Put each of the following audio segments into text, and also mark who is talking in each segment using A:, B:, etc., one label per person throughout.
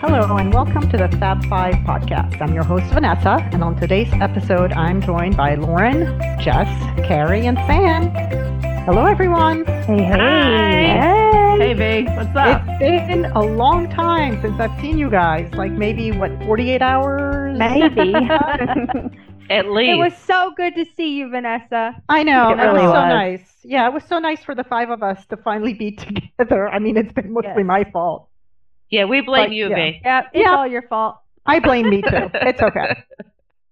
A: Hello, and welcome to the Fab Five podcast. I'm your host, Vanessa, and on today's episode, I'm joined by Lauren, Jess, Carrie, and Sam. Hello, everyone.
B: Hey, hey.
A: Hey.
C: Hey, Big, what's up?
A: It's been a long time since I've seen you guys, like maybe, what, 48 hours?
B: Maybe.
C: At least.
B: it was so good to see you, Vanessa.
A: I know.
C: It
A: it was,
C: really
A: so
C: was.
A: nice. Yeah, it was so nice for the five of us to finally be together. I mean, it's been mostly
B: Yes.
A: my fault.
C: yeah, we blame
A: But,
C: you,
A: yeah.
C: Big.
B: Yep, it's
A: Yeah.
B: all your fault.
A: I blame me too. It's okay.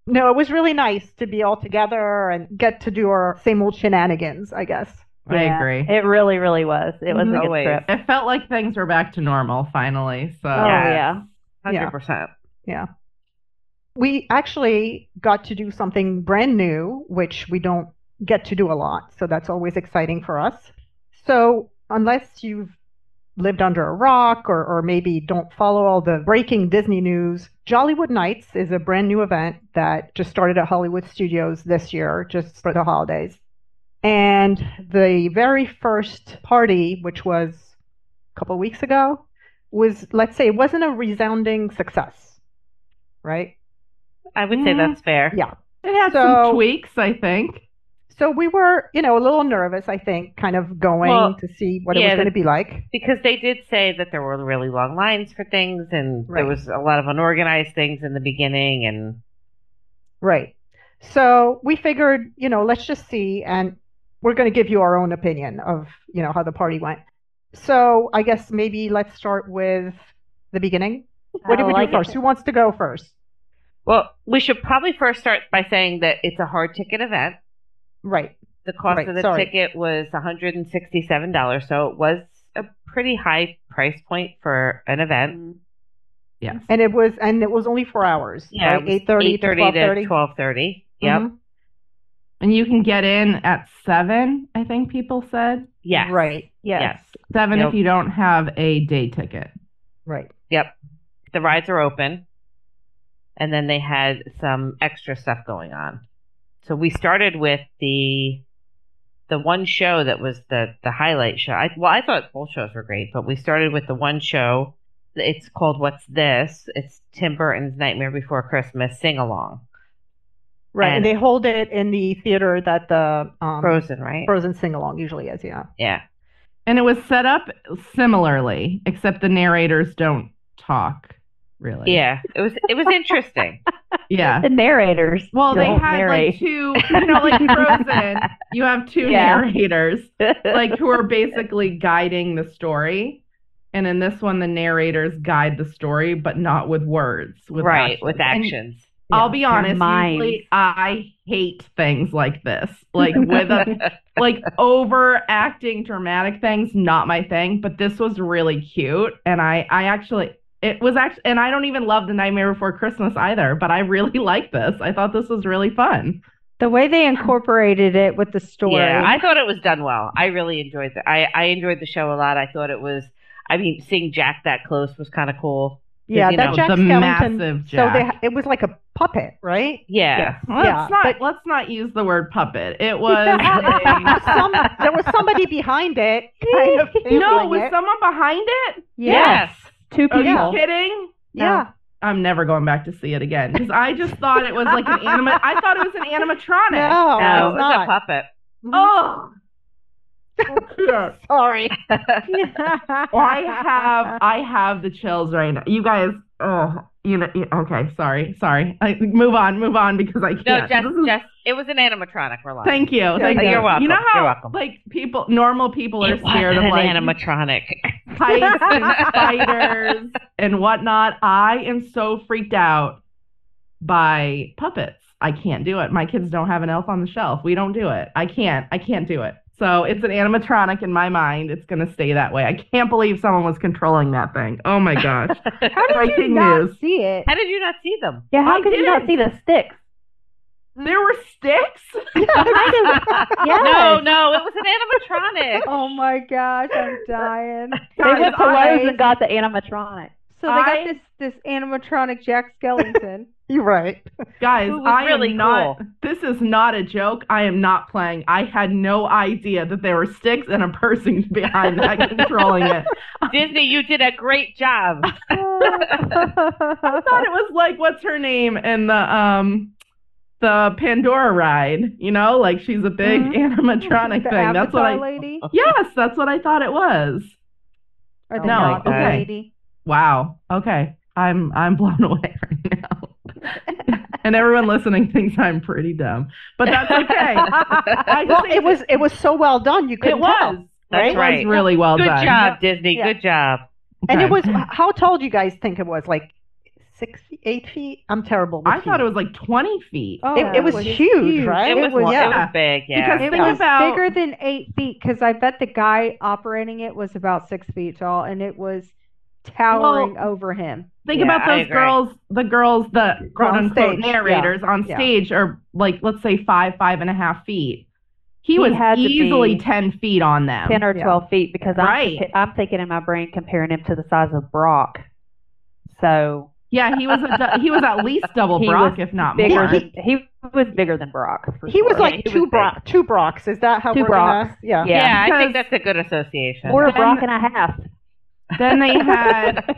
A: No, it was really nice to be all together and get to do our same old shenanigans, I guess.
C: I agree.
D: It really, really was. It was a good
C: Always.
D: trip.
C: It felt like things were back to normal finally. So
D: Oh yeah.
A: Yeah.
C: 100%.
A: We actually got to do something brand new, which we don't get to do a lot. So that's always exciting for us. So, unless you've lived under a rock or, or maybe don't follow all the breaking Disney news, Jollywood Nights is a brand new event that just started at Hollywood Studios this year, just for the holidays. And the very first party, which was a couple weeks ago, was, let's say, it wasn't a resounding success, right?
C: I would say that's fair.
A: Yeah.
C: It had
A: So-
C: some tweaks, I think.
A: So we were, you know, a little nervous, I think, kind of going
C: Well,
A: to see what it
C: yeah,
A: was going to
C: the-
A: be like.
C: Because they did say that there were really long lines for things and
A: Right.
C: there was a lot of unorganized things in the beginning and
A: Right. So we figured, you know, let's just see and we're going to give you our own opinion of, you know, how the party went. So I guess maybe let's start with the beginning. What
B: I
A: do we
B: like
A: do first?
B: it.
A: Who wants to go first?
C: well, we should probably first start by saying that it's a hard ticket event.
A: Right.
C: The cost
A: Right,
C: of the
A: sorry.
C: ticket was $167, so it was a pretty high price point for an event.
D: Yes.
A: And it was and it was only 4 hours,
C: Yeah,
A: right? 8:30 to 12:30.
C: 12:30. Yep.
A: Mhm.
D: And you can get in at seven, I think people said.
C: Yes.
A: Right.
B: Yes.
C: Yes.
D: Seven
C: Yep.
D: if you don't have a day ticket.
A: Right.
C: The rides are open. And then they had some extra stuff going on. So we started with the the one show that was the the highlight show. I, well, I thought both shows were great, but we started with the one show. It's called What's This? It's Tim Burton's Nightmare Before Christmas sing along.
A: Right. And,
C: And-
A: they hold it in the theater that the um,
C: Frozen, right?
A: Frozen sing along usually is, yeah.
C: Yeah.
D: And it was set up similarly, except the narrators don't talk really.
C: Yeah. It was it was interesting.
D: Yeah.
B: The narrators.
D: Well, they
B: Don't
D: had
B: narrate.
D: like two, you know, like Frozen. You have two
B: Yeah.
D: narrators, like who are basically guiding the story. And in this one, the narrators guide the story, but not with words, with
C: right,
D: actions.
C: with
D: And
C: actions.
D: I'll be honest.
B: minds.
D: Usually, I hate things like this, like with a, like overacting dramatic things. Not my thing. But this was really cute, and I, I actually, it was actually, and I don't even love the Nightmare Before Christmas either. But I really like this. I thought this was really fun.
B: The way they incorporated it with the story.
C: Yeah, I thought it was done well. I really enjoyed the I I enjoyed the show a lot. I thought it was I mean, seeing Jack that close was kind of cool.
A: Yeah,
C: you
A: that
C: know,
A: Jack
D: the
A: Skellington.
D: massive
A: So they,
D: Jack.
A: ha- it was like a puppet, right?
C: Yeah.
D: Let's
A: Yeah,
D: not
A: but-
D: let's not use the word puppet. It was a-
A: Some, there was somebody behind it. Kind of
D: no,
A: handling
D: was
A: it.
D: someone behind it?
B: Yes. Two
D: Are
B: people.
D: you kidding?
A: yeah,
D: I'm never going back to see it again because I just thought it was like an anima. I thought it was an animatronic.
A: no,
C: No, it
A: it's
C: was a
A: not.
C: puppet.
D: Oh. Yeah.
A: Sorry.
D: I have I have the chills right now. You guys, oh, you know, you- okay, sorry, sorry. I, move on, move on because I can't.
C: No, Jess,
D: This is-
C: Jess, it was an animatronic. We're lying.
D: Mm-hmm. Thank you. Thank
C: You're
D: you.
C: welcome.
D: You know how
C: You're welcome.
D: like people, normal people are
C: It was
D: scared
C: an
D: of like
C: animatronic.
D: kites and spiders and whatnot. I am so freaked out by puppets. I can't do it. My kids don't have an elf on the shelf. We don't do it. I can't. I can't do it. So it's an animatronic in my mind. It's gonna stay that way. I can't believe someone was controlling that thing. Oh my gosh.
B: How did you
D: Breaking
B: not
D: news.
B: see it?
C: How did you not see them?
B: Yeah, how
D: I
B: could you not
D: didn't.
B: see the sticks?
D: There were sticks.
B: Yes.
C: No, no, it was an animatronic.
B: Oh my gosh, I'm dying.
D: Guys,
B: they went to
D: I-
B: Lowe's and got the animatronic. So they
D: I-
B: got this this animatronic Jack Skellington.
A: You're right.
D: Guys,
C: Who was
D: I
C: really
D: am not. This is not a joke. I am not playing. I had no idea that there were sticks and a person behind that controlling it.
C: Disney, you did a great job.
D: I thought it was like what's her name in the um the Pandora ride. You know, like she's a big
B: Mhm.
D: animatronic
B: the
D: thing. That's what
B: Avatar
D: I.
B: lady
D: Yes, that's what I thought it was.
B: or the
C: No,
B: Navi
D: okay.
B: lady.
D: Wow. Okay. I'm I'm blown away right now. and everyone listening thinks I'm pretty dumb, but that's okay. I just
A: Well,
D: think
A: it was it was so well done. You
D: It
A: couldn't tell.
D: was.
C: That's
D: It
C: right.
D: was really well
C: Good
D: done.
C: job, Disney.
A: Yeah.
C: Good job.
A: And it
D: Okay.
A: was how tall do you guys think it was? Like six, feet, eight feet? I'm terrible. With
D: I thought
A: feet.
D: it was like 20 feet.
B: Oh,
A: It, it was huge, right?
C: It was,
D: was-
C: it
D: yeah.
C: was big, yeah.
D: Because
B: It
D: Think
B: was
D: about-
B: bigger than eight feet because I bet the guy operating it was about six feet tall and it was towering over him.
D: Think
C: Yeah,
D: about
C: I
D: those
C: agree.
D: girls, the girls, the quote
A: On
D: unquote
A: stage, yeah.
D: narrators on
A: Yeah.
D: stage are like, let's say five, five and a half feet. He,
E: He
D: was
E: had to
D: easily
E: be
D: 10 feet on them.
E: ten or
A: Yeah.
E: twelve feet because
D: Right.
E: I'm thi- I'm thinking in my brain comparing him to the size of Brock. So
D: yeah, he was a, du- he was at least double
E: He
D: Brock,
E: was
D: if not
E: bigger
D: more.
E: than he was bigger than Brock. for
A: He was
E: sure.
A: like
C: he
A: two
C: was
A: Bro- two Brocks. Is that how
E: Two
A: we're gonna? Yeah.
E: Yeah.
C: Yeah, I think
D: Because-
C: that's a good association.
E: or a
D: then-
E: Brock and a half.
D: Then they had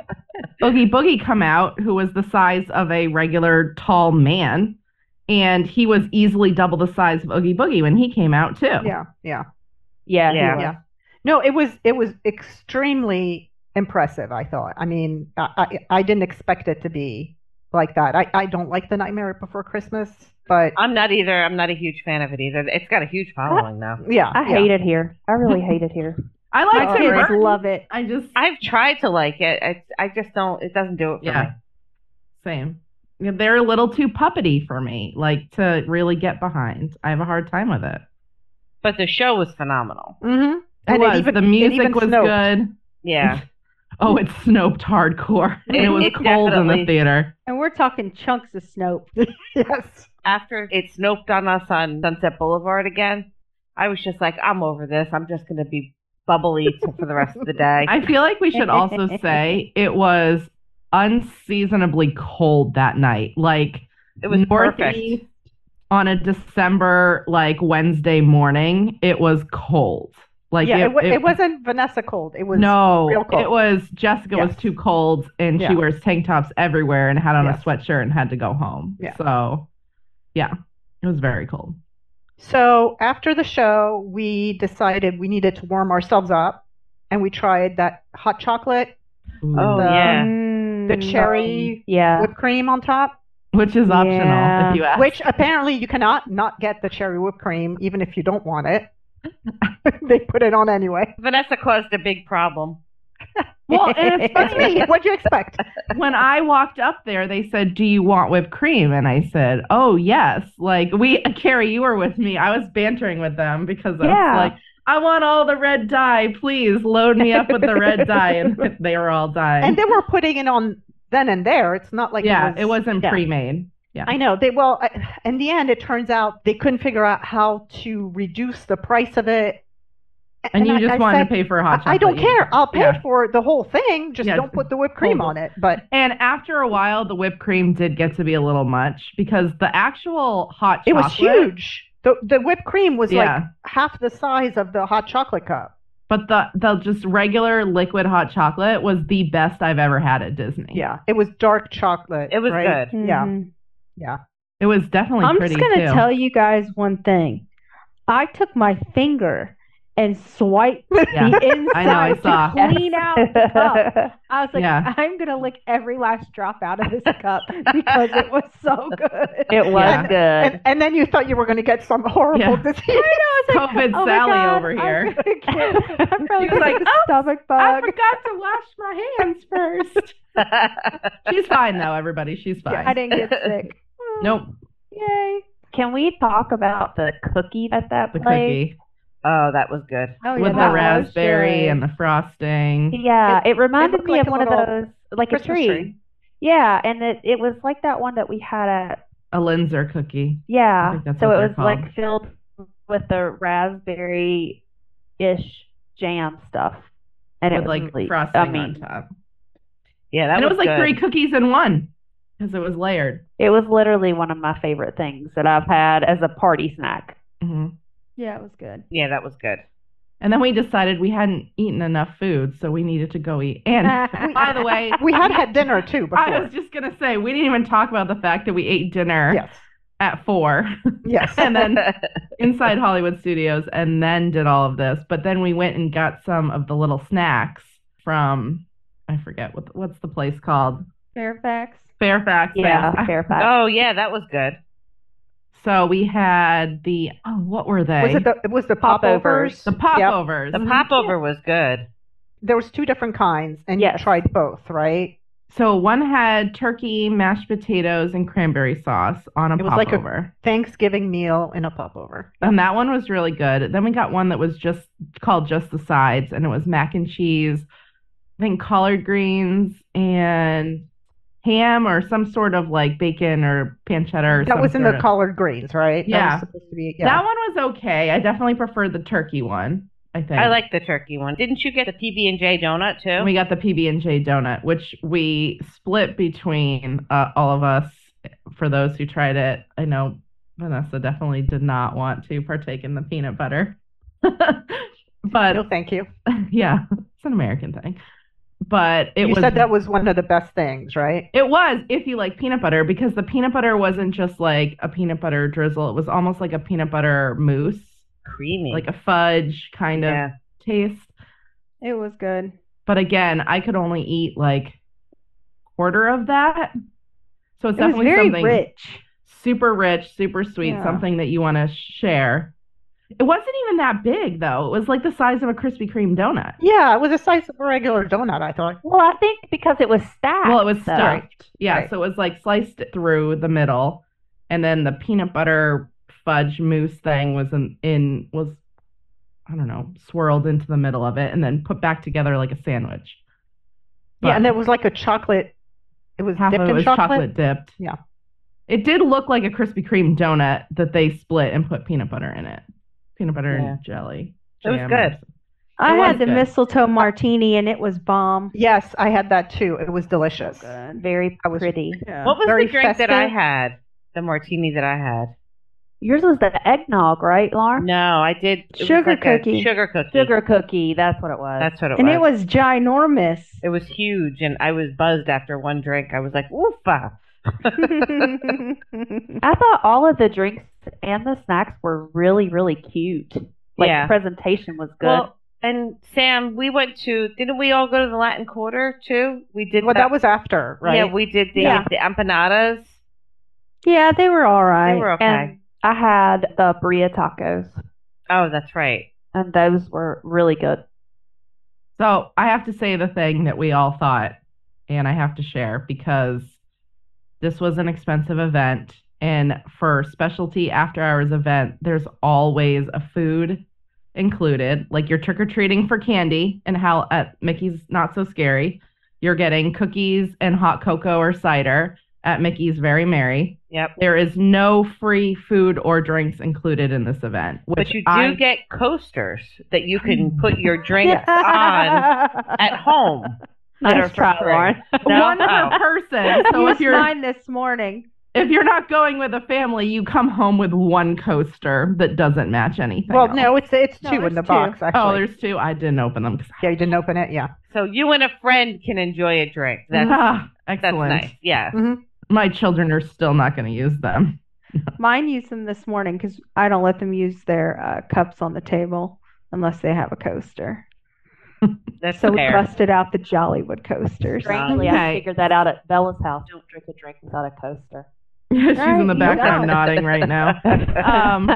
D: Oogie Boogie come out, who was the size of a regular tall man, and he was easily double the size of Oogie Boogie when he came out too.
A: Yeah. Yeah.
E: Yeah, he
C: Yeah.
E: was.
A: Yeah. No, it was it was extremely impressive. I thought. I mean, I I, I didn't expect it to be like that. I, I don't like the Nightmare Before Christmas, but
C: I'm not either. I'm not a huge fan of it either. It's got a huge following now.
A: yeah,
E: I
A: yeah.
E: hate it here. I really hate it here.
D: I
B: My
D: like Tim
B: kids
D: Burton.
B: love it.
D: I just
C: I've tried to like it. I, I just don't. It doesn't do it for
D: Yeah.
C: me.
D: same. Yeah, They're a little too puppety for me, like to really get behind. I have a hard time with it.
C: But the show was phenomenal.
A: Mm-hmm.
D: It
A: And
D: was.
A: it even
D: the music
A: even
D: was
A: snowed.
D: good.
C: Yeah,
D: Oh, it snoped hardcore. And it,
C: It-
D: was
C: it
D: cold in
C: definitely-
D: the theater.
B: And we're talking chunks of snow.
A: yes.
C: after it snoped on us on Sunset Boulevard again, I was just like, I'm over this. I'm just gonna be bubbly t- for the rest of the day.
D: I feel like we should also say it was unseasonably cold that night. Like
C: It was
D: northeast on a December like Wednesday morning. It was cold. Like
A: yeah. It,
D: it,
A: wa- it wasn't Vanessa cold. It was
D: no.
A: real cold.
D: It was Jessica was
A: Yes.
D: too cold, and
A: Yeah.
D: she wears tank tops everywhere, and had on
A: Yes.
D: a sweatshirt and had to go home.
A: Yeah.
D: So, yeah, it was very cold.
A: So after the show, we decided we needed to warm ourselves up, and we tried that hot chocolate,
C: Oh
D: um,
A: the-
C: yeah,
A: the
B: Mm.
A: cherry
E: Yeah.
A: whipped cream on top,
D: which is optional
E: Yeah.
D: if you ask.
A: which apparently you cannot not get the cherry whipped cream even if you don't want it. they put it on anyway.
C: Vanessa caused a big problem.
D: well, and it's
A: That's
D: funny
A: me. What'd you expect?
D: when I walked up there, they said, "Do you want whipped cream?" And I said, "Oh yes." Like we, Carrie, you were with me. I was bantering with them because I
E: Yeah.
D: was like, "I want all the red dye, please load me up with the red dye." And they were all dying.
A: And they were putting it on then and there. It's not like
D: yeah,
A: it, was,
D: not
A: yeah.
D: pre-made. Yeah,
A: I know they well. I- In the end, it turns out they couldn't figure out how to reduce the price of it. A-
D: and, you
A: I-
D: just
A: I
D: wanted
A: said,
D: to pay for a hot chocolate.
A: I don't
D: you-
A: care. I'll pay
D: Yeah.
A: for the whole thing. Just
D: Yeah.
A: don't put the whipped cream
D: Hold
A: on it. But
D: And after a while, the whipped cream did get to be a little much because the actual hot
A: it
D: chocolate
A: was huge. The the whipped cream was
D: Yeah.
A: like half the size of the hot chocolate cup.
D: But the the just regular liquid hot chocolate was the best I've ever had at Disney.
A: Yeah, it was dark chocolate.
C: It was
A: right?
C: good.
A: Yeah.
B: Mhm.
D: It was definitely
B: I'm
D: pretty
B: just gonna
D: too.
B: tell you guys one thing. I took my finger and swiped
D: Yeah.
B: the inside
D: I know, I saw.
B: to clean out
A: Oh,
B: the cup. I was like,
D: Yeah.
B: I'm gonna lick every last drop out of this cup because it was so good.
E: it was
D: Yeah.
E: good.
A: And, and then you thought you were going to get some horrible
D: Yeah.
A: disease.
D: COVID
B: Oh my
D: Sally
B: God,
D: over
B: I'm
D: here.
B: gonna get- I'm probably
D: She was
B: gonna
D: like,
B: get
D: "Oh,
B: a stomach
D: I
B: bug.
D: forgot to wash my hands first. She's fine though, everybody. She's fine.
B: I didn't get sick.
D: Nope,
B: Yay.
E: Can we talk about the cookie at that
D: the
E: place?
D: cookie
C: oh, that was good.
B: Oh, yeah,
D: with the
B: that was
D: raspberry
B: good.
D: and the frosting.
E: Yeah, it, reminded
A: looked
E: me
A: like
E: of
A: a
E: one of
A: little
E: those, like a
A: Christmas
E: tree.
A: tree.
E: Yeah, and it it was like that one that we had at
D: A Linzer cookie. I
E: yeah.
D: think that's
E: So
D: what
E: it
D: they're
E: was like
D: called.
E: filled with the raspberry ish jam stuff, and it
D: with
E: was
D: like
E: really,
D: frosting
E: I mean,
D: on top.
C: Yeah, that
D: and it was like
C: good.
D: three cookies in one because it was layered.
E: It was literally one of my favorite things that I've had as a party snack.
D: Mm-hmm.
B: Yeah, it was good.
C: Yeah, that was good.
D: And then we decided we hadn't eaten enough food, so we needed to go eat. And Uh, by the way,
A: We had had dinner too before.
D: I was just gonna say we didn't even talk about the fact that we ate dinner
A: yes.
D: at four,
A: Yes.
D: and then inside Hollywood Studios, and then did all of this. But then we went and got some of the little snacks from I forget what what's the place called
B: Fairfax.
D: Fairfax.
E: Yeah,
D: I-
B: Uh,
E: Fairfax.
C: oh yeah, that was good.
D: So we had the oh, what were they?
A: was it the it was the popovers?
E: Popovers.
D: the
A: Yep.
D: popovers? Mm-hmm.
C: The popover was good.
A: There was two different kinds, and
E: Yes.
A: you tried both, right?
D: So one had turkey, mashed potatoes, and cranberry sauce on a
A: It was like a-
D: popover.
A: Thanksgiving meal in a popover.
D: and that one was really good. Then we got one that was just called just the sides, and it was mac and cheese, I think collard greens and ham or some sort of like bacon or pancetta or
A: That was
D: some
A: in the
D: sort of-
A: collard greens, right? That
D: Yeah.
A: was supposed to be yeah.
D: That one was okay. I definitely preferred the turkey one. I think
C: I like the turkey one. Didn't you get the PB and J donut too?
D: And we got the PB and J donut, which we split between uh, all of us. For those who tried it, I know Vanessa definitely did not want to partake in the peanut butter,
A: no,
D: but
A: thank you.
D: yeah, it's an American thing. But
A: you
D: it was
A: said that was one of the best things, right?
D: it was if you like peanut butter because the peanut butter wasn't just like a peanut butter drizzle; it was almost like a peanut butter mousse,
C: Creamy.
D: like a fudge kind of
C: yeah.
D: taste.
B: It was good.
D: But again, I could only eat like quarter of that. So it's
B: It was
D: definitely
B: very
D: something
B: rich.
D: super rich, super sweet,
B: Yeah.
D: something that you want to share. It wasn't even that big though. It was like the size of a Krispy Kreme donut.
A: Yeah, it was the size of a regular donut, I thought.
E: Well, I think because it was stacked.
D: Well, it was
E: though.
D: stuffed. Yeah,
A: Right.
D: so it was like sliced through the middle and then the peanut butter fudge mousse thing was in, in was I don't know, swirled into the middle of it and then put back together like a sandwich.
A: yeah, and
D: But-
A: it was like a chocolate it was
D: half
A: dipped
D: of it
A: in
D: was chocolate? dipped.
A: Yeah.
D: It did look like a Krispy Kreme donut that they split and put peanut butter in it. Peanut butter and jelly.
C: It was
D: jam
C: good.
D: or-
B: I
D: was
B: had the
D: good.
B: mistletoe martini and it was bomb.
A: Yes, I had that too. It was delicious.
B: Good.
E: Very
A: I was-
E: pretty.
B: Yeah.
C: What was
A: Very
C: the drink that I
A: festive.
C: had? The martini that I had.
E: Yours was the eggnog, right, Lauren?
C: No, I did it was
B: Sugar
C: like a
B: cookie.
C: Sugar cookie.
E: Sugar cookie. That's what it was.
C: That's what it
B: and
C: was.
B: it was ginormous.
C: It was huge, and I was buzzed after one drink. I was like, "Oofa!"
E: I thought all of the drinks and the snacks were really, really cute. Like
C: Yeah.
E: the presentation was good.
C: Well, and Sam, we went to. Didn't we all go to the Latin Quarter too? We did.
A: Well, that was after, right?
C: Yeah, we did the
B: Yeah.
C: the empanadas.
B: yeah, they were all
C: They
B: right.
C: were okay.
E: And I had the Bria tacos,
C: oh, that's right.
E: and those were really good.
D: So I have to say the thing that we all thought, and I have to share because this was an expensive event. And for specialty after hours event, there's always a food included. Like you're trick or treating for candy and how at Mickey's Not So Scary, you're getting cookies and hot cocoa or cider at Mickey's Very Merry.
C: Yep.
D: There is no free food or drinks included in this event. Which
C: But you do
D: I
C: get coasters that you can put your drinks on at home. that are
E: Nice
C: for
E: try,
C: free.
E: Lauren.
C: No?
D: one
C: Oh.
D: per person. So if
B: Used
D: you're
B: mine this morning.
D: if you're not going with a family, you come home with one coaster that doesn't match anything.
A: well,
D: else.
A: no, it's it's
B: No,
A: two in
B: there's
A: the
B: two.
A: box
D: Oh,
A: actually.
D: there's two. I didn't open them. 'cause-
A: yeah, you didn't open it. Yeah.
C: So you and a friend can enjoy a drink. That's
D: Ah,
C: that's
D: excellent.
C: nice. Yeah.
D: My children are still not going to use them.
B: Mine used them this morning because I don't let them use their uh, cups on the table unless they have a coaster.
D: Mm-hmm.
C: That's
B: So we
C: fair.
B: busted out the Jollywood coasters.
E: Strangely, I
D: Okay.
E: figured that out at Bella's house. Don't drink a drink without a coaster.
D: She's in the
B: Right,
D: background
B: yeah.
D: nodding right now. Um,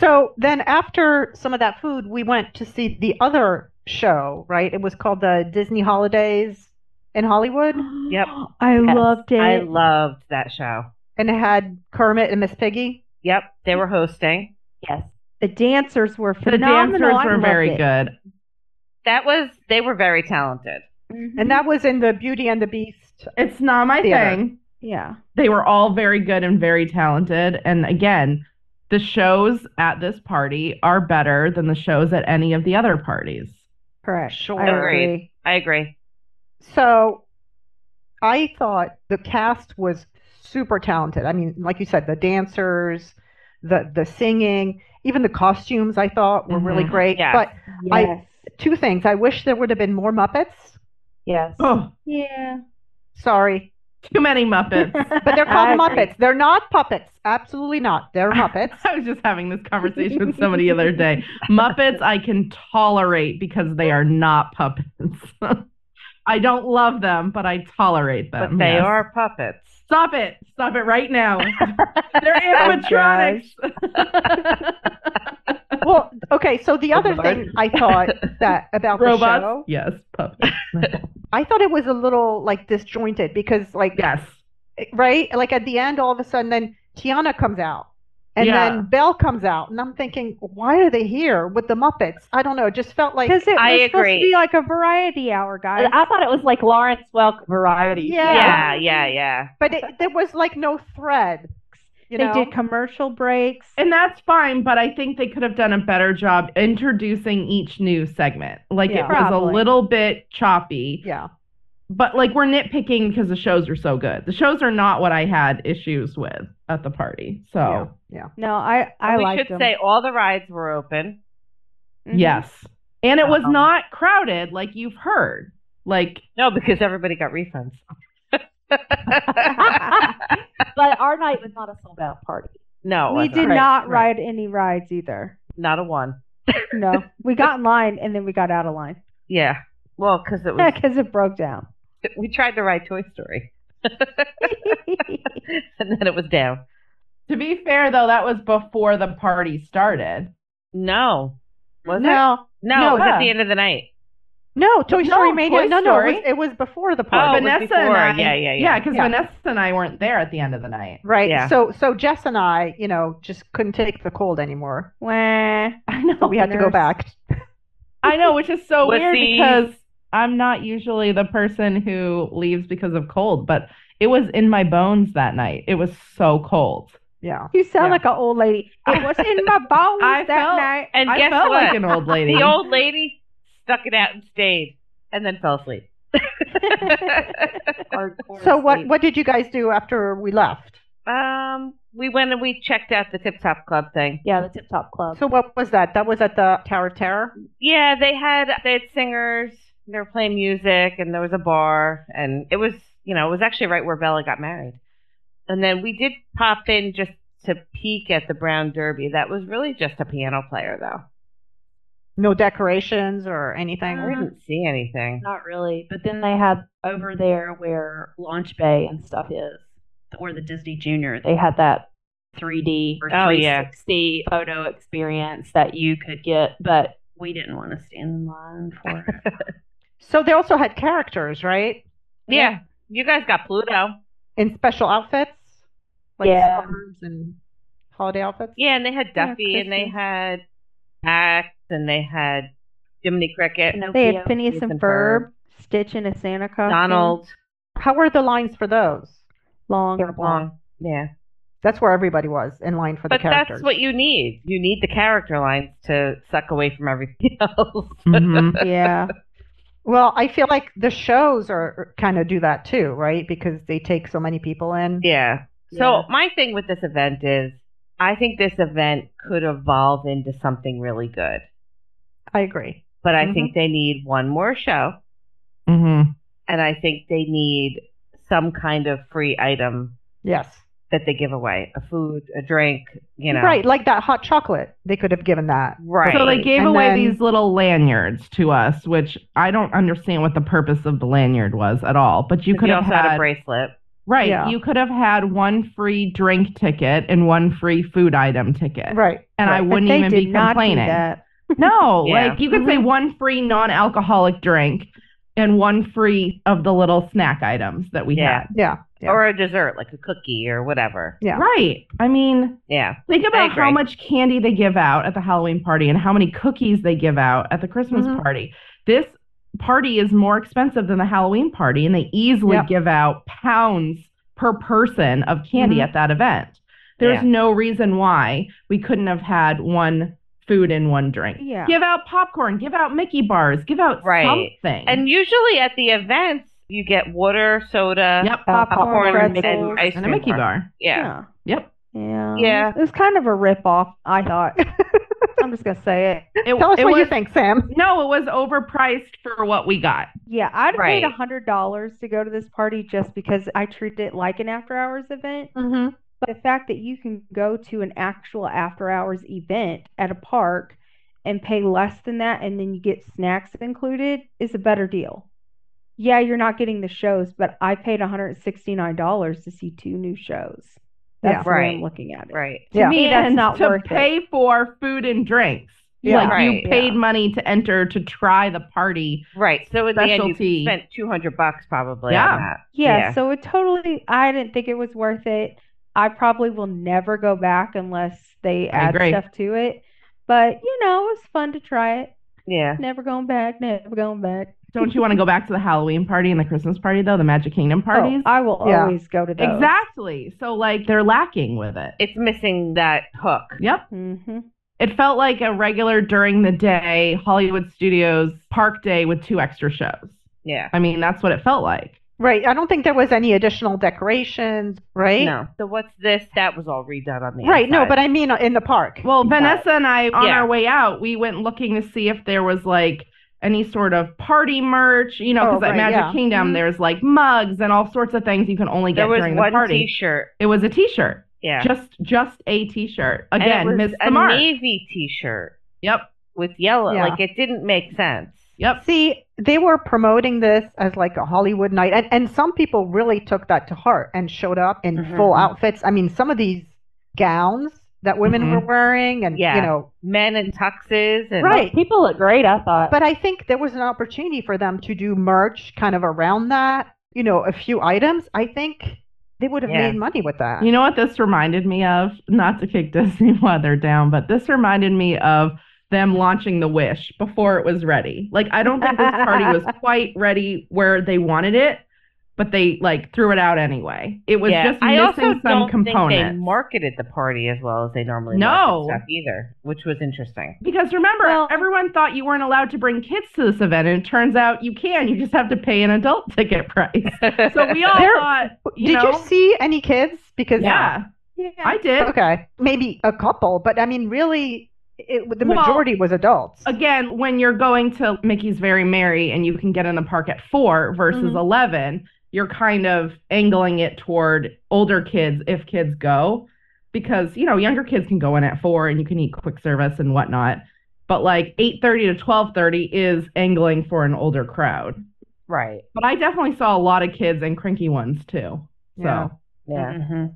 A: So then after some of that food, we went to see the other show, right? It was called the Disney Holidays in Hollywood,
C: Yep.
B: I
E: Yes,
B: loved it.
C: I loved that show.
A: and it had Kermit and Miss Piggy.
C: Yep. They were hosting.
E: yes.
B: the dancers were
D: the
B: phenomenal.
D: dancers
B: I
D: were
B: loved
D: very
B: it.
D: good.
C: That was they were very talented.
E: Mm-hmm.
A: And that was in the Beauty and the Beast.
D: It's not my
A: Theater.
D: thing.
B: yeah.
D: They were all very good and very talented. And again, the shows at this party are better than the shows at any of the other parties.
B: Correct.
A: Sure.
B: I agree.
C: I agree.
A: uh, So I thought the cast was super talented. I mean, like you said, the dancers, the the singing, even the costumes I thought were really
C: Mhm.
A: great.
C: Yes.
A: But I-
E: Yes.
A: two things. I wish there would have been more Muppets.
E: yes.
D: Oh,
B: Yeah.
A: Sorry.
D: too many Muppets.
A: But they're
E: I
A: called
E: agree.
A: Muppets. They're not puppets. Absolutely not. They're Muppets.
D: I was just having this conversation with somebody the other day. Muppets, I can tolerate because they are not puppets. I don't love them, but I tolerate
C: But
D: them.
C: they
D: yes.
C: are puppets.
D: Stop it! Stop it right now. They're animatronics.
A: well, okay, so the other
C: Lord.
A: thing I thought that about the
D: Robots.
A: show,
D: Yes, puppets.
A: I thought it was a little like disjointed because like
D: Yes.
A: right? Like at the end all of a sudden then Tiana comes out. And
D: Yeah.
A: then Belle comes out and I'm thinking, why are they here with the Muppets? I don't know. It just felt like
B: Because it was
C: I
B: supposed
C: agree.
B: to be like a variety hour, guys.
E: I thought it was like Lawrence Welk variety.
A: Yeah.
C: Yeah, yeah, yeah.
A: but it, there was like no thread. You
B: they
A: know?
B: did commercial breaks.
D: And that's fine, but I think they could have done a better job introducing each new segment. Like
B: Yeah.
D: it was
B: Probably.
D: a little bit choppy.
A: Yeah.
D: but like we're nitpicking because the shows are so good. The shows are not what I had issues with at the party. So
A: Yeah.
B: No, I I
C: we
B: liked
C: should
B: them.
C: say all the rides were open.
B: Mhm.
D: yes, and it was
C: Mm-hmm. Um,
D: not crowded like you've heard. Like
C: No, because everybody got refunds.
E: But our night was not a sold out party.
C: no, it
B: we
C: wasn't.
B: did
A: Right,
B: not
A: right.
B: ride any rides either.
C: Not a one.
B: No, we got in line and then we got out of line
C: Yeah. Well, because it was
B: because it broke down.
C: we tried to ride Toy Story, and then it was down.
D: to be fair though, that was before the party started.
C: No, was it?
A: no.
C: No,
D: No,
C: it was at
D: yeah.
C: the end of the night.
A: No, Oh, Toy
D: No,
A: Story Mania.
D: Toy
A: no, no, it was,
D: Story.
A: it was before the
C: Oh,
A: party.
C: it was
D: Vanessa and
C: before.
D: I-
C: yeah, yeah,
D: Yeah,
C: yeah.
D: because
A: Yeah.
D: Vanessa and I weren't there at the end of the night.
A: right.
C: yeah.
A: So, so Jess and I, you know, just couldn't take the cold anymore.
B: Wah.
D: I know
A: So we had to go back.
D: I know, which is so
C: Was
D: weird
C: the-
D: because I'm not usually the person who leaves because of cold, but it was in my bones that night. It was so cold.
A: Yeah.
B: You sound
A: Yeah.
B: like an old lady. It was in my bones
D: I
B: that
D: felt-
B: night.
C: And
D: I
C: guess
D: felt
C: what?
D: like an old lady.
C: the old lady stuck it out and stayed, and then fell asleep.
E: Hardcore
A: So what,
E: sleep.
A: what did you guys do after we left?
C: um, we went and we checked out the Tip Top Club thing.
E: Yeah, the Tip Top Club.
A: So what was that? That was at the Tower of Terror.
C: Yeah, they had they had singers. They were playing music, and there was a bar, and it was you know it was actually right where Bella got married. And then we did pop in just to peek at the Brown Derby. That was really just a piano player, though.
A: No decorations or anything.
C: We didn't see anything.
E: Not really. But then they had over there where Launch Bay and stuff is, or the Disney Junior, they had that 3D or
C: Oh, yeah.
E: 360 photo experience that you could get, but we didn't want to stand in line for it.
A: So they also had characters, right?
C: Yeah, you guys got Pluto.
A: In special outfits, like
E: Yeah.
A: scarves and holiday outfits.
C: Yeah, and they had
B: Yeah,
C: Duffy, and they
B: Christmas.
C: had Axe, and they had Jiminy Cricket,
E: Pinocchio.
B: They had Phineas
C: Phineas
B: and
C: and
B: Ferb, Stitch in a Santa costume.
C: Donald,
A: How were the lines for those?
B: Long.
E: Terrible.
C: Long. Yeah.
A: That's where everybody was in line for the
C: But
A: characters.
C: that's what you need. You need the character lines to suck away from everything else.
A: Mm-hmm.
D: Mhm.
B: Yeah.
A: Well, I feel like the shows are kind of do that too, right? Because they take so many people in.
C: yeah.
E: Yeah.
C: So my thing with this event is I think this event could evolve into something really good.
A: I agree.
C: But I
A: Mhm.
C: think
D: Mm-hmm.
C: they need one more show
D: Mhm.
C: and I think they need some kind of free item
A: Yes.
C: that they give away. A food, a drink, you know.
A: Right, like that hot chocolate. They could have given that.
C: Right.
D: So they gave
A: And
D: away
A: then-
D: these little lanyards to us, which I don't understand what the purpose of the lanyard was at all. But you could
C: you
D: have
C: also
D: had,
C: a bracelet.
D: right.
A: Yeah.
D: You could have had one free drink ticket and one free food item ticket,
A: Right.
D: and I
A: right.
D: wouldn't
B: they
D: even
B: did
D: be
B: not do
D: complaining.
B: that.
D: No,
C: Yeah.
D: like you could say one free non-alcoholic drink and one free of the little snack items that we
C: Yeah.
D: had.
A: Yeah. yeah.
C: Or a dessert, like a cookie or whatever.
A: Yeah.
D: Right. I mean,
C: Yeah.
D: think about how
C: agree.
D: much candy they give out at the Halloween party and how many cookies they give out at the Christmas
A: Mhm.
D: party. This party is more expensive than the Halloween party, and they easily
A: Yep.
D: give out pounds per person of candy
A: Mhm.
D: at that event. There's
C: Yeah.
D: no reason why we couldn't have had one food and one drink.
B: Yeah.
D: Give out popcorn, give out Mickey bars, give out
C: Right.
D: something.
C: And usually at the events, You get water, soda,
D: Yep.
B: Popcorn,
C: popcorn, and,
B: pretzels.
C: and ice
D: And a
C: cream
D: Mickey bar.
C: Yeah.
D: Yep.
B: Yeah.
C: Yeah.
B: It was kind of a rip off, I thought. I'm just gonna say it.
D: It,
A: Tell us
D: it
A: what
D: was,
A: you think, Sam.
D: No, it was overpriced for what we got.
B: Yeah, I'd have paid
C: Right.
B: a hundred dollars to go to this party just because I treated it like an after hours event.
A: Mm-hmm.
B: But the fact that you can go to an actual after hours event at a park and pay less than that and then you get snacks included is a better deal. Yeah, you're not getting the shows, but I paid $169 to see two new shows. That's
A: Yeah.
B: the way
C: Right.
B: I'm looking at it.
C: Right.
B: To
A: Yeah.
B: me, that's
D: And
B: not
D: to
B: worth it.
D: pay for food and drinks.
A: Yeah.
D: Like you
C: Right.
D: paid money to enter to try the party.
C: Right. So in the end,
D: Specialty.
C: you spent two hundred bucks probably
D: Yeah.
C: on that.
B: Yeah,
C: Yeah.
B: so it totally, I didn't think it was worth it. I probably will never go back unless they
D: I
B: add
D: agree.
B: stuff to it. But, you know, it was fun to try it.
C: Yeah.
B: Never going back, never going back.
D: Don't you want to go back to the Halloween party and the Christmas party though? The Magic Kingdom
B: Oh,
D: parties.
B: I will
A: Yeah.
B: always go to those.
D: exactly. So like they're lacking with it.
C: It's missing that hook.
D: Yep.
B: hmm
D: It felt like a regular during the day Hollywood Studios park day with two extra shows.
C: Yeah.
D: I mean, that's what it felt like.
A: Right. I don't think there was any additional decorations, right?
C: No. So what's this? That was all redone on the
A: Right. No,
C: inside.
A: but I mean uh, in the park.
D: Well, Vanessa and I, on
C: Yeah.
D: our way out, we went looking to see if there was like any sort of party merch, you know,
A: Oh,
D: because at
A: right,
D: Magic
A: yeah.
D: Kingdom,
B: Mhm.
D: there's like mugs and all sorts of things you can only get
C: Mm-hmm. there was
D: during the
C: one
D: party.
C: T-shirt.
D: it was a t shirt.
C: Yeah.
D: Just just a t shirt.
C: And it
D: Again,
C: was
D: missed
C: a
D: the mark.
C: navy T-shirt
D: Yep.
C: with yellow.
A: Yeah.
C: Like it didn't make sense.
D: Yep.
A: See, they were promoting this as like a Hollywood night, and, and some people really took that to heart and showed up in
C: Mhm.
A: full outfits. I mean, some of these gowns that women
D: Mhm.
A: were wearing, and
C: Yeah.
A: you know,
C: Men in tuxes and
A: right.
E: People look great, I thought.
A: But I think there was an opportunity for them to do merch kind of around that. You know, a few items. I think they would have
C: Yeah.
A: made money with that.
D: You know what this reminded me of? Not to kick Disney while they're down, but this reminded me of them launching the wish before it was ready. Like I don't think this party was quite ready where they wanted it, but they like threw it out anyway. It was
C: yeah.
D: just
C: I
D: missing
C: also
D: some
C: don't think they
D: components.
C: marketed the party as well as they normally
D: No.
C: market stuff either, which was interesting.
D: because remember,
B: Well-
D: everyone thought you weren't allowed to bring kids to this event, and it turns out you can. You just have to pay an adult ticket price. So we all
A: There-
D: thought, you
A: Did
D: know,
A: you see any kids? Because
D: yeah,
B: Yeah.
D: I did.
A: okay, maybe a couple, but I mean, really, it, the
D: Well,
A: majority was adults.
D: again, when you're going to Mickey's Very Merry and you can get in the park at four versus 11, you're kind of angling it toward older kids if kids go, because you know younger kids can go in at four and you can eat quick service and whatnot. But like 8:30 to 12:30 is angling for an older crowd.
C: right.
D: But I definitely saw a lot of kids and cranky ones too. So
A: Yeah.
C: Yeah.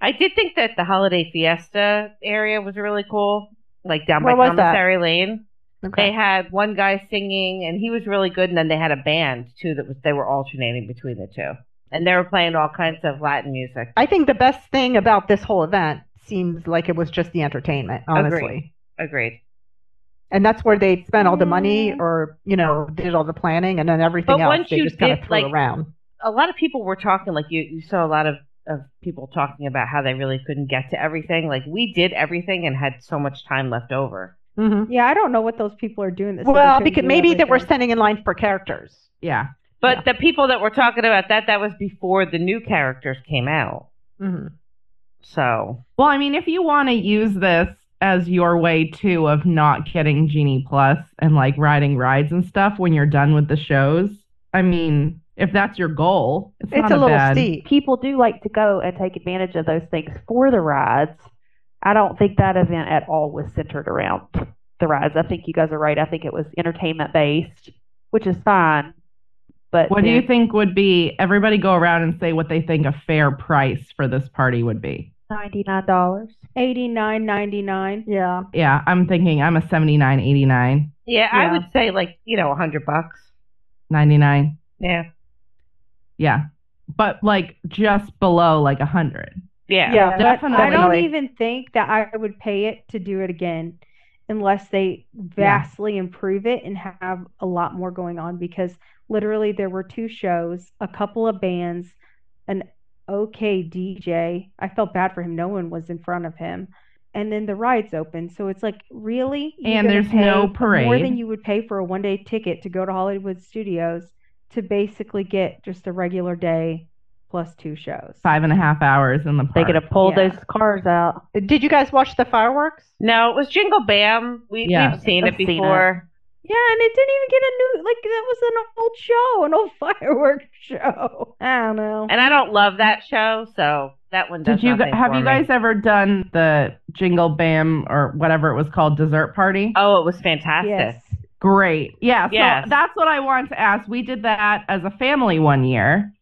C: I did think that the holiday fiesta area was really cool, like down
A: Where
C: by
A: was that?
C: Commissary Lane.
A: Okay.
C: They had one guy singing, and he was really good. And then they had a band too that was they were alternating between the two, and they were playing all kinds of Latin music.
A: I think the best thing about this whole event seems like it was just the entertainment, honestly.
C: Agreed. Agreed.
A: And that's where they spent all the money
B: Yeah.
A: or, you know, did all the planning and then everything
C: Mm. But
A: else
C: once
A: they
C: you
A: just kind of
C: did,
A: threw
C: like-
A: around.
C: A lot of people were talking, like you, you saw a lot of of people talking about how they really couldn't get to everything. Like we did everything and had so much time left over.
A: hmm
B: Yeah, I don't know what those people are doing. This
A: Well, because maybe they were standing in line for characters.
D: yeah.
C: But the people that were talking about that, that was before the new characters came out.
A: hmm
C: So
D: Well, I mean, if you want to use this as your way too of not getting Genie Plus and like riding rides and stuff when you're done with the shows, I mean, if that's your goal, it's,
A: It's
D: not
A: a little
D: bad.
A: steep.
E: people do like to go and take advantage of those things for the rides. I don't think that event at all was centered around the rides. I think you guys are right. I think it was entertainment based, which is fine. But
D: What do you
E: then-
D: think would be everybody go around and say what they think a fair price for this party would be?
E: $99.
B: eighty nine ninety nine.
A: Yeah.
D: Yeah, I'm thinking I'm a 79, 89,
C: yeah, I
A: Yeah.
C: would say like you know a hundred bucks.
D: 99.
C: Yeah.
D: Yeah. But like just below like a 100.
C: Yeah.
A: Yeah,
D: definitely.
B: I don't
A: Definitely.
B: even think that I would pay it to do it again, unless they vastly improve it and have a lot more going on. Because literally, there were two shows, a couple of bands, an okay DJ. I felt bad for him. No one was in front of him. And then the rides open, so it's like really. You're
D: And
B: gonna
D: there's no
B: pay More
D: parade.
B: than you would pay for a one day ticket to go to Hollywood Studios to basically get just a regular day plus two shows.
D: Five and a half hours in the park.
E: They could have pulled
B: Yeah.
E: those cars out.
A: Did you guys watch the fireworks?
C: No, it was Jingle Bam. We,
D: Yeah.
C: We've seen it
E: I've seen it.
C: before.
B: Yeah, and it didn't even get a new like that was an old show, an old fireworks show. I don't know.
C: And I don't love that show, so that one does
D: Did you
C: nothing
D: gu- have
C: for
D: you
C: me.
D: guys ever done the Jingle Bam or whatever it was called dessert party?
C: Oh, it was fantastic.
B: Yes.
D: Great. Yeah. So
C: Yes.
D: that's what I want to ask. We did that as a family one year.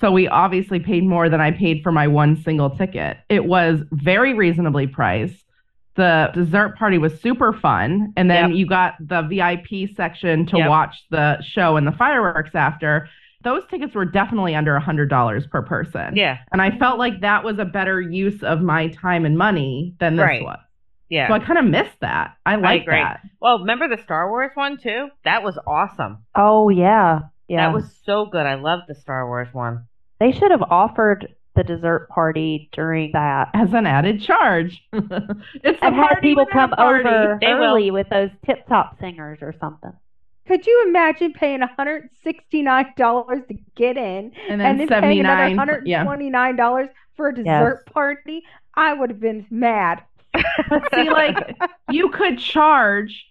D: So we obviously paid more than I paid for my one single ticket. It was very reasonably priced. The dessert party was super fun. And then you got the VIP section to
C: Yep.
D: watch the show and the fireworks after. Those tickets were definitely under $100 per person.
C: Yeah,
D: And I felt like that was a better use of my time and money than this
C: Right.
D: was.
C: yeah.
D: So I kind of missed that. I like
C: agree.
D: that.
C: well, remember the Star Wars one too? That was awesome.
E: Oh yeah, yeah.
C: That was so good. I loved the Star Wars one.
E: They should have offered the dessert party during that.
D: as an added charge. it's the
E: And had
D: party
E: people
D: within
E: come
D: a party.
E: over
C: They will.
E: early with those tip top singers or something.
B: Could you imagine paying $169 to get in and
D: and then,
B: then paying
D: seventy
B: another
D: nine. Yeah.
B: $129 for a dessert party? I would have been mad.
D: But see, like you could charge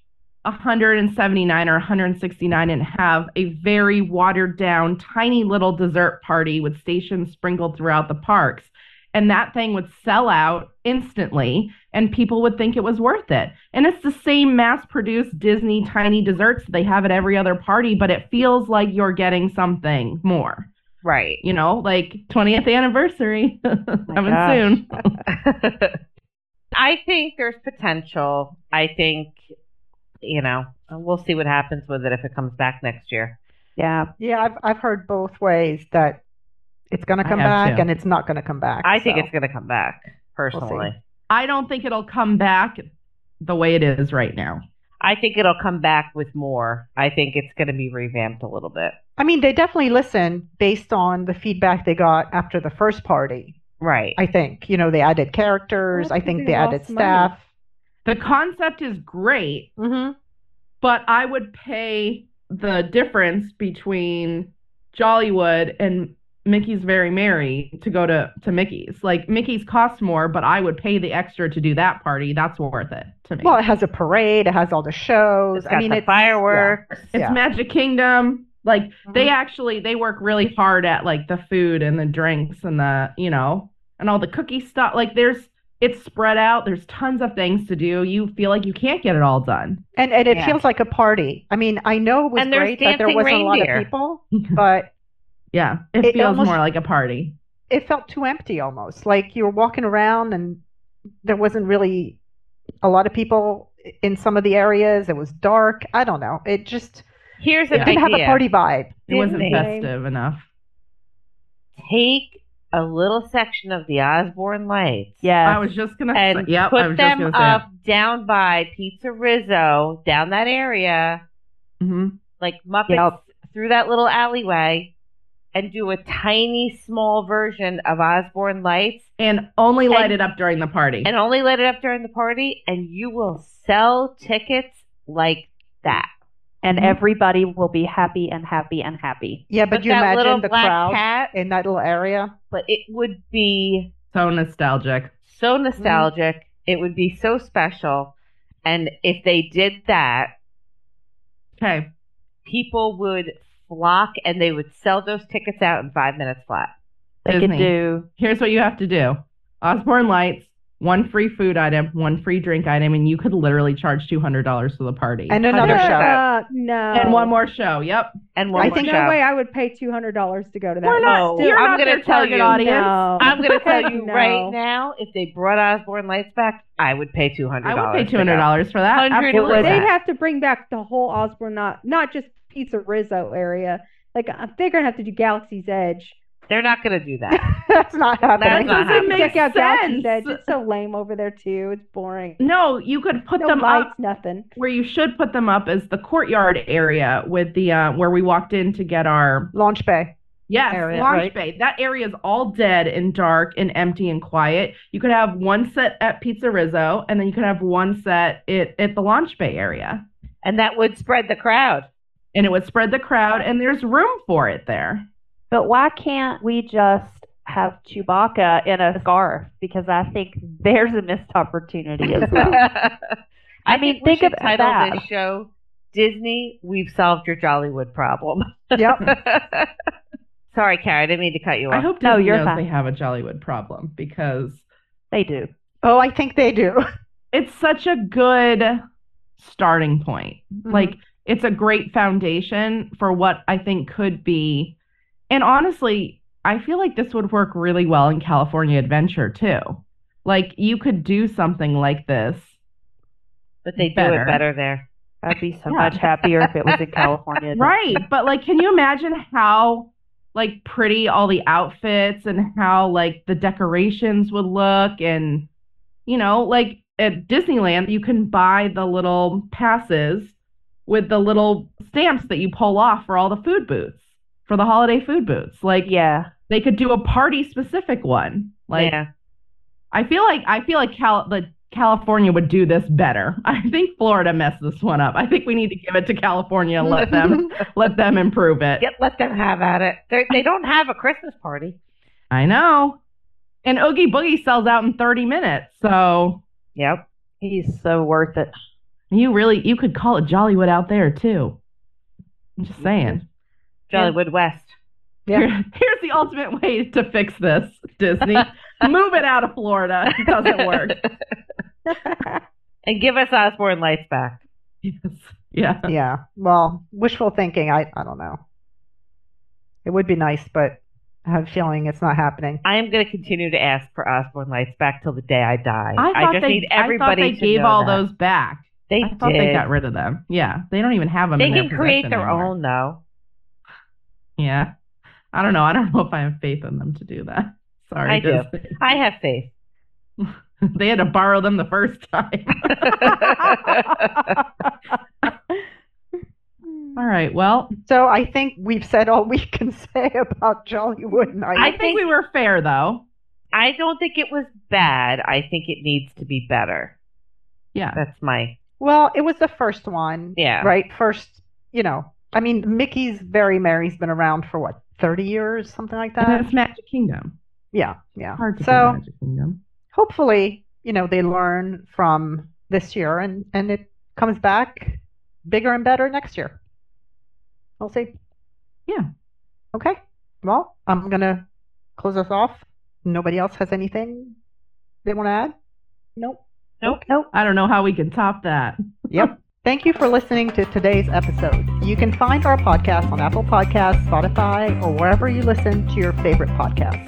D: hundred and seventy nine or one hundred and sixty nine and have a very watered down, tiny little dessert party with stations sprinkled throughout the parks. And that thing would sell out instantly, and people would think it was worth it. And it's the same mass produced Disney tiny desserts they have at every other party, but it feels like you're getting something more.
C: Right.
D: you know, like 20th anniversary coming
E: gosh.
D: soon.
C: I think there's potential. I think, you know, we'll see what happens with it if it comes back next year.
E: Yeah,
A: Yeah, I've I've heard both ways that it's going to
D: I
A: come
D: have
A: back
D: too.
A: and it's not going to come back.
C: I think
A: so.
C: it's going to come back, personally.
D: I don't think it'll come back the way it is right now.
C: I think it'll come back with more. I think it's going to be revamped a little bit.
A: I mean, they definitely listened based on the feedback they got after the first party.
C: Right.
A: I think you know they added characters.
B: Well,
A: I
B: that's 'cause
A: think
B: they
A: they added
B: lost money.
A: staff.
D: The concept is great,
A: Mm-hmm.
D: but I would pay the difference between Jollywood and Mickey's Very Merry to go to, to Mickey's. Like Mickey's costs more, but I would pay the extra to do that party. That's worth it to me.
A: Well, it has a parade. It has all the shows.
C: it's got
A: I mean,
C: the
A: it's
C: fireworks.
A: yeah,
D: it's
A: yeah.
D: Magic Kingdom. Like they
C: Mm-hmm.
A: Mhm.
D: actually they work really hard at like the food and the drinks and the you know and all the cookie stuff. Like there's it's spread out. There's tons of things to do. You feel like you can't get it all done.
A: and and it
E: Yeah.
A: feels like a party. I mean, I know it was
C: And there's
A: great that there
C: dancing
A: wasn't a lot
C: reindeer.
A: of people, but
D: yeah, it,
A: It
D: feels
A: almost-
D: more like a party.
A: it felt too empty almost. Like you were walking around and there wasn't really a lot of people in some of the areas. It was dark. I don't know. It just
C: Here's
A: it
C: an
A: didn't have
C: idea.
A: a party vibe.
D: It wasn't
C: Disney.
D: festive enough.
C: Take a little section of the Osborne lights.
E: yes.
D: I was just gonna
C: And
D: say, yep, I
C: put
D: was just
C: them
D: gonna say
C: up down by Pizza Rizzo, down that area.
D: it. Mhm.
C: like Muppets
E: Yep.
C: through that little alleyway and do a tiny small version of Osborne lights
D: And only light
C: And-
D: it up during the party.
C: and only light it up during the party and you will sell tickets like that.
E: and
D: Mhm.
E: everybody will be happy and happy and happy.
A: Yeah, but
C: With
A: you
C: that little
A: imagine the
C: black
A: crowd
C: cat,
A: in that little area.
C: but it would be
D: so nostalgic.
C: so
D: Mm-hmm.
C: nostalgic. It would be so special. And if they did that,
D: Okay,
C: people would flock and they would sell those tickets out in five minutes flat.
E: They
D: Disney.
E: could do
D: here's what you have to do Osborne Lights, one free food item, one free drink item, and you could literally charge $200 for the party.
A: And another
C: Hundred
A: show.
C: percent.
B: Uh, no.
D: And one more show. Yep.
C: And one
A: I
B: There's
C: more
A: think-
B: no
C: show.
B: way I would pay $200 to go to that.
D: We're
B: one.
D: not,
C: No,
D: you're
C: I'm
D: not
C: gonna
D: their
C: tell
D: target
C: you.
D: audience.
B: No.
C: I'm going to tell you
B: No.
C: right now, if they brought Osborne Lights back, I would pay two hundred.
D: I would pay $200 for that.
C: 100
D: Absolutely.
E: was-
B: They'd
C: that.
B: have to bring back the whole Osborne, not not just Pizza Rizzo area. Like uh, they're gonna have to do Galaxy's Edge.
C: They're not going to do that.
A: That's not happening.
C: That's not
D: doesn't
C: happening.
D: make
B: Check out Galaxy's Edge.
D: sense.
B: It's so lame over there too. It's boring.
D: No, you could put
B: No
D: them
B: lights,
D: up
B: nothing.
D: where you should put them up is the courtyard area with the uh, where we walked in to get our
A: Launch Bay.
D: yes
A: Area,
D: launch
A: right.
D: bay. That area is all dead and dark and empty and quiet. You could have one set at Pizza Rizzo and then you could have one set at, at the launch bay area.
C: and that would spread the crowd.
D: and it would spread the crowd, and there's room for it there.
E: But why can't we just have Chewbacca in a scarf? Because I think there's a missed opportunity as well.
C: I,
E: I mean,
C: we
E: think
C: should
E: of
C: title
E: that.
C: this show Disney. We've solved your Jollywood problem.
A: Yep.
C: Sorry, Carrie, I didn't mean to cut you off.
D: I hope
E: No,
D: Disney
E: you're
D: knows
E: fine.
D: they have a Jollywood problem because
E: they do.
A: oh, I think they do.
D: it's such a good starting point. Like it's a great foundation for what I think could be. And honestly, I feel like this would work really well in California Adventure too. Like you could do something like this.
C: but they do
D: better.
C: it better there.
E: I'd be so
D: Yeah.
E: much happier if it was in California.
D: Right. But like can you imagine how like pretty all the outfits and how like the decorations would look and you know, like at Disneyland you can buy the little passes with the little stamps that you pull off for all the food booths, for the holiday food booths. Like
E: Yeah.
D: they could do a party specific one. Like
C: yeah.
D: I feel like I feel like Cal like California would do this better. I think Florida messed this one up. I think we need to give it to California and let them let them improve it.
C: Get, let them have at it. They're, they don't have a Christmas party.
D: I know. And Oogie Boogie sells out in 30 minutes. So
C: Yep.
E: He's so worth it.
D: you really you could call it Jollywood out there too.
C: Mm-hmm.
D: I'm just saying.
C: Jollywood West.
A: Yeah.
D: Here- here's the ultimate way to fix this, Disney. Move it out of Florida. It doesn't work.
C: And give us Osborne lights back.
D: yes. Yeah.
A: yeah. Well, wishful thinking. I, I don't know. It would be nice, but I have a feeling it's not happening.
C: I am going to continue to ask for Osborne lights back till the day I die.
D: I thought
C: just
D: they,
C: need
D: I
C: everybody
D: thought
C: to
D: they gave
C: know
D: all
C: that.
D: those back.
C: They
D: I thought
C: did.
D: they got rid of them. Yeah, they don't even have them.
C: They
D: in
C: can create
D: possession
C: their
D: anymore.
C: own though.
D: Yeah, I don't know. I don't know if I have faith in them to do that. Sorry,
C: I do.
D: Disney.
C: I have faith.
D: they had to borrow them the first time. all right. Well,
A: So I think we've said all we can say about Jollywood Night.
D: I,
C: I
D: think,
C: think-
D: we were fair though.
C: I don't think it was bad. I think it needs to be better.
D: Yeah.
C: That's my
A: Well, it was the first one,
C: yeah.
A: right? First, you know, I mean, Mickey's Very Merry's been around for what, 30 years, something like
C: Uh,
D: And
C: Mm-hmm.
A: that?
D: it's Magic Kingdom.
A: Yeah, yeah.
D: Hard to
A: So
D: beat Magic Kingdom.
A: hopefully, you know, they learn from this year and, and it comes back bigger and better next year. We'll see.
D: Yeah.
A: Okay. Well, I'm going to close us off. Nobody else has anything they want to add? Nope.
D: I don't know how we can top that.
A: Yep. Thank you for listening to today's episode. You can find our podcast on Apple Podcasts, Spotify, or wherever you listen to your favorite podcasts.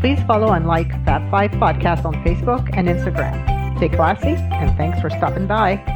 A: Please follow and like Fat Five Podcast on Facebook and Instagram. Stay classy, and thanks for stopping by.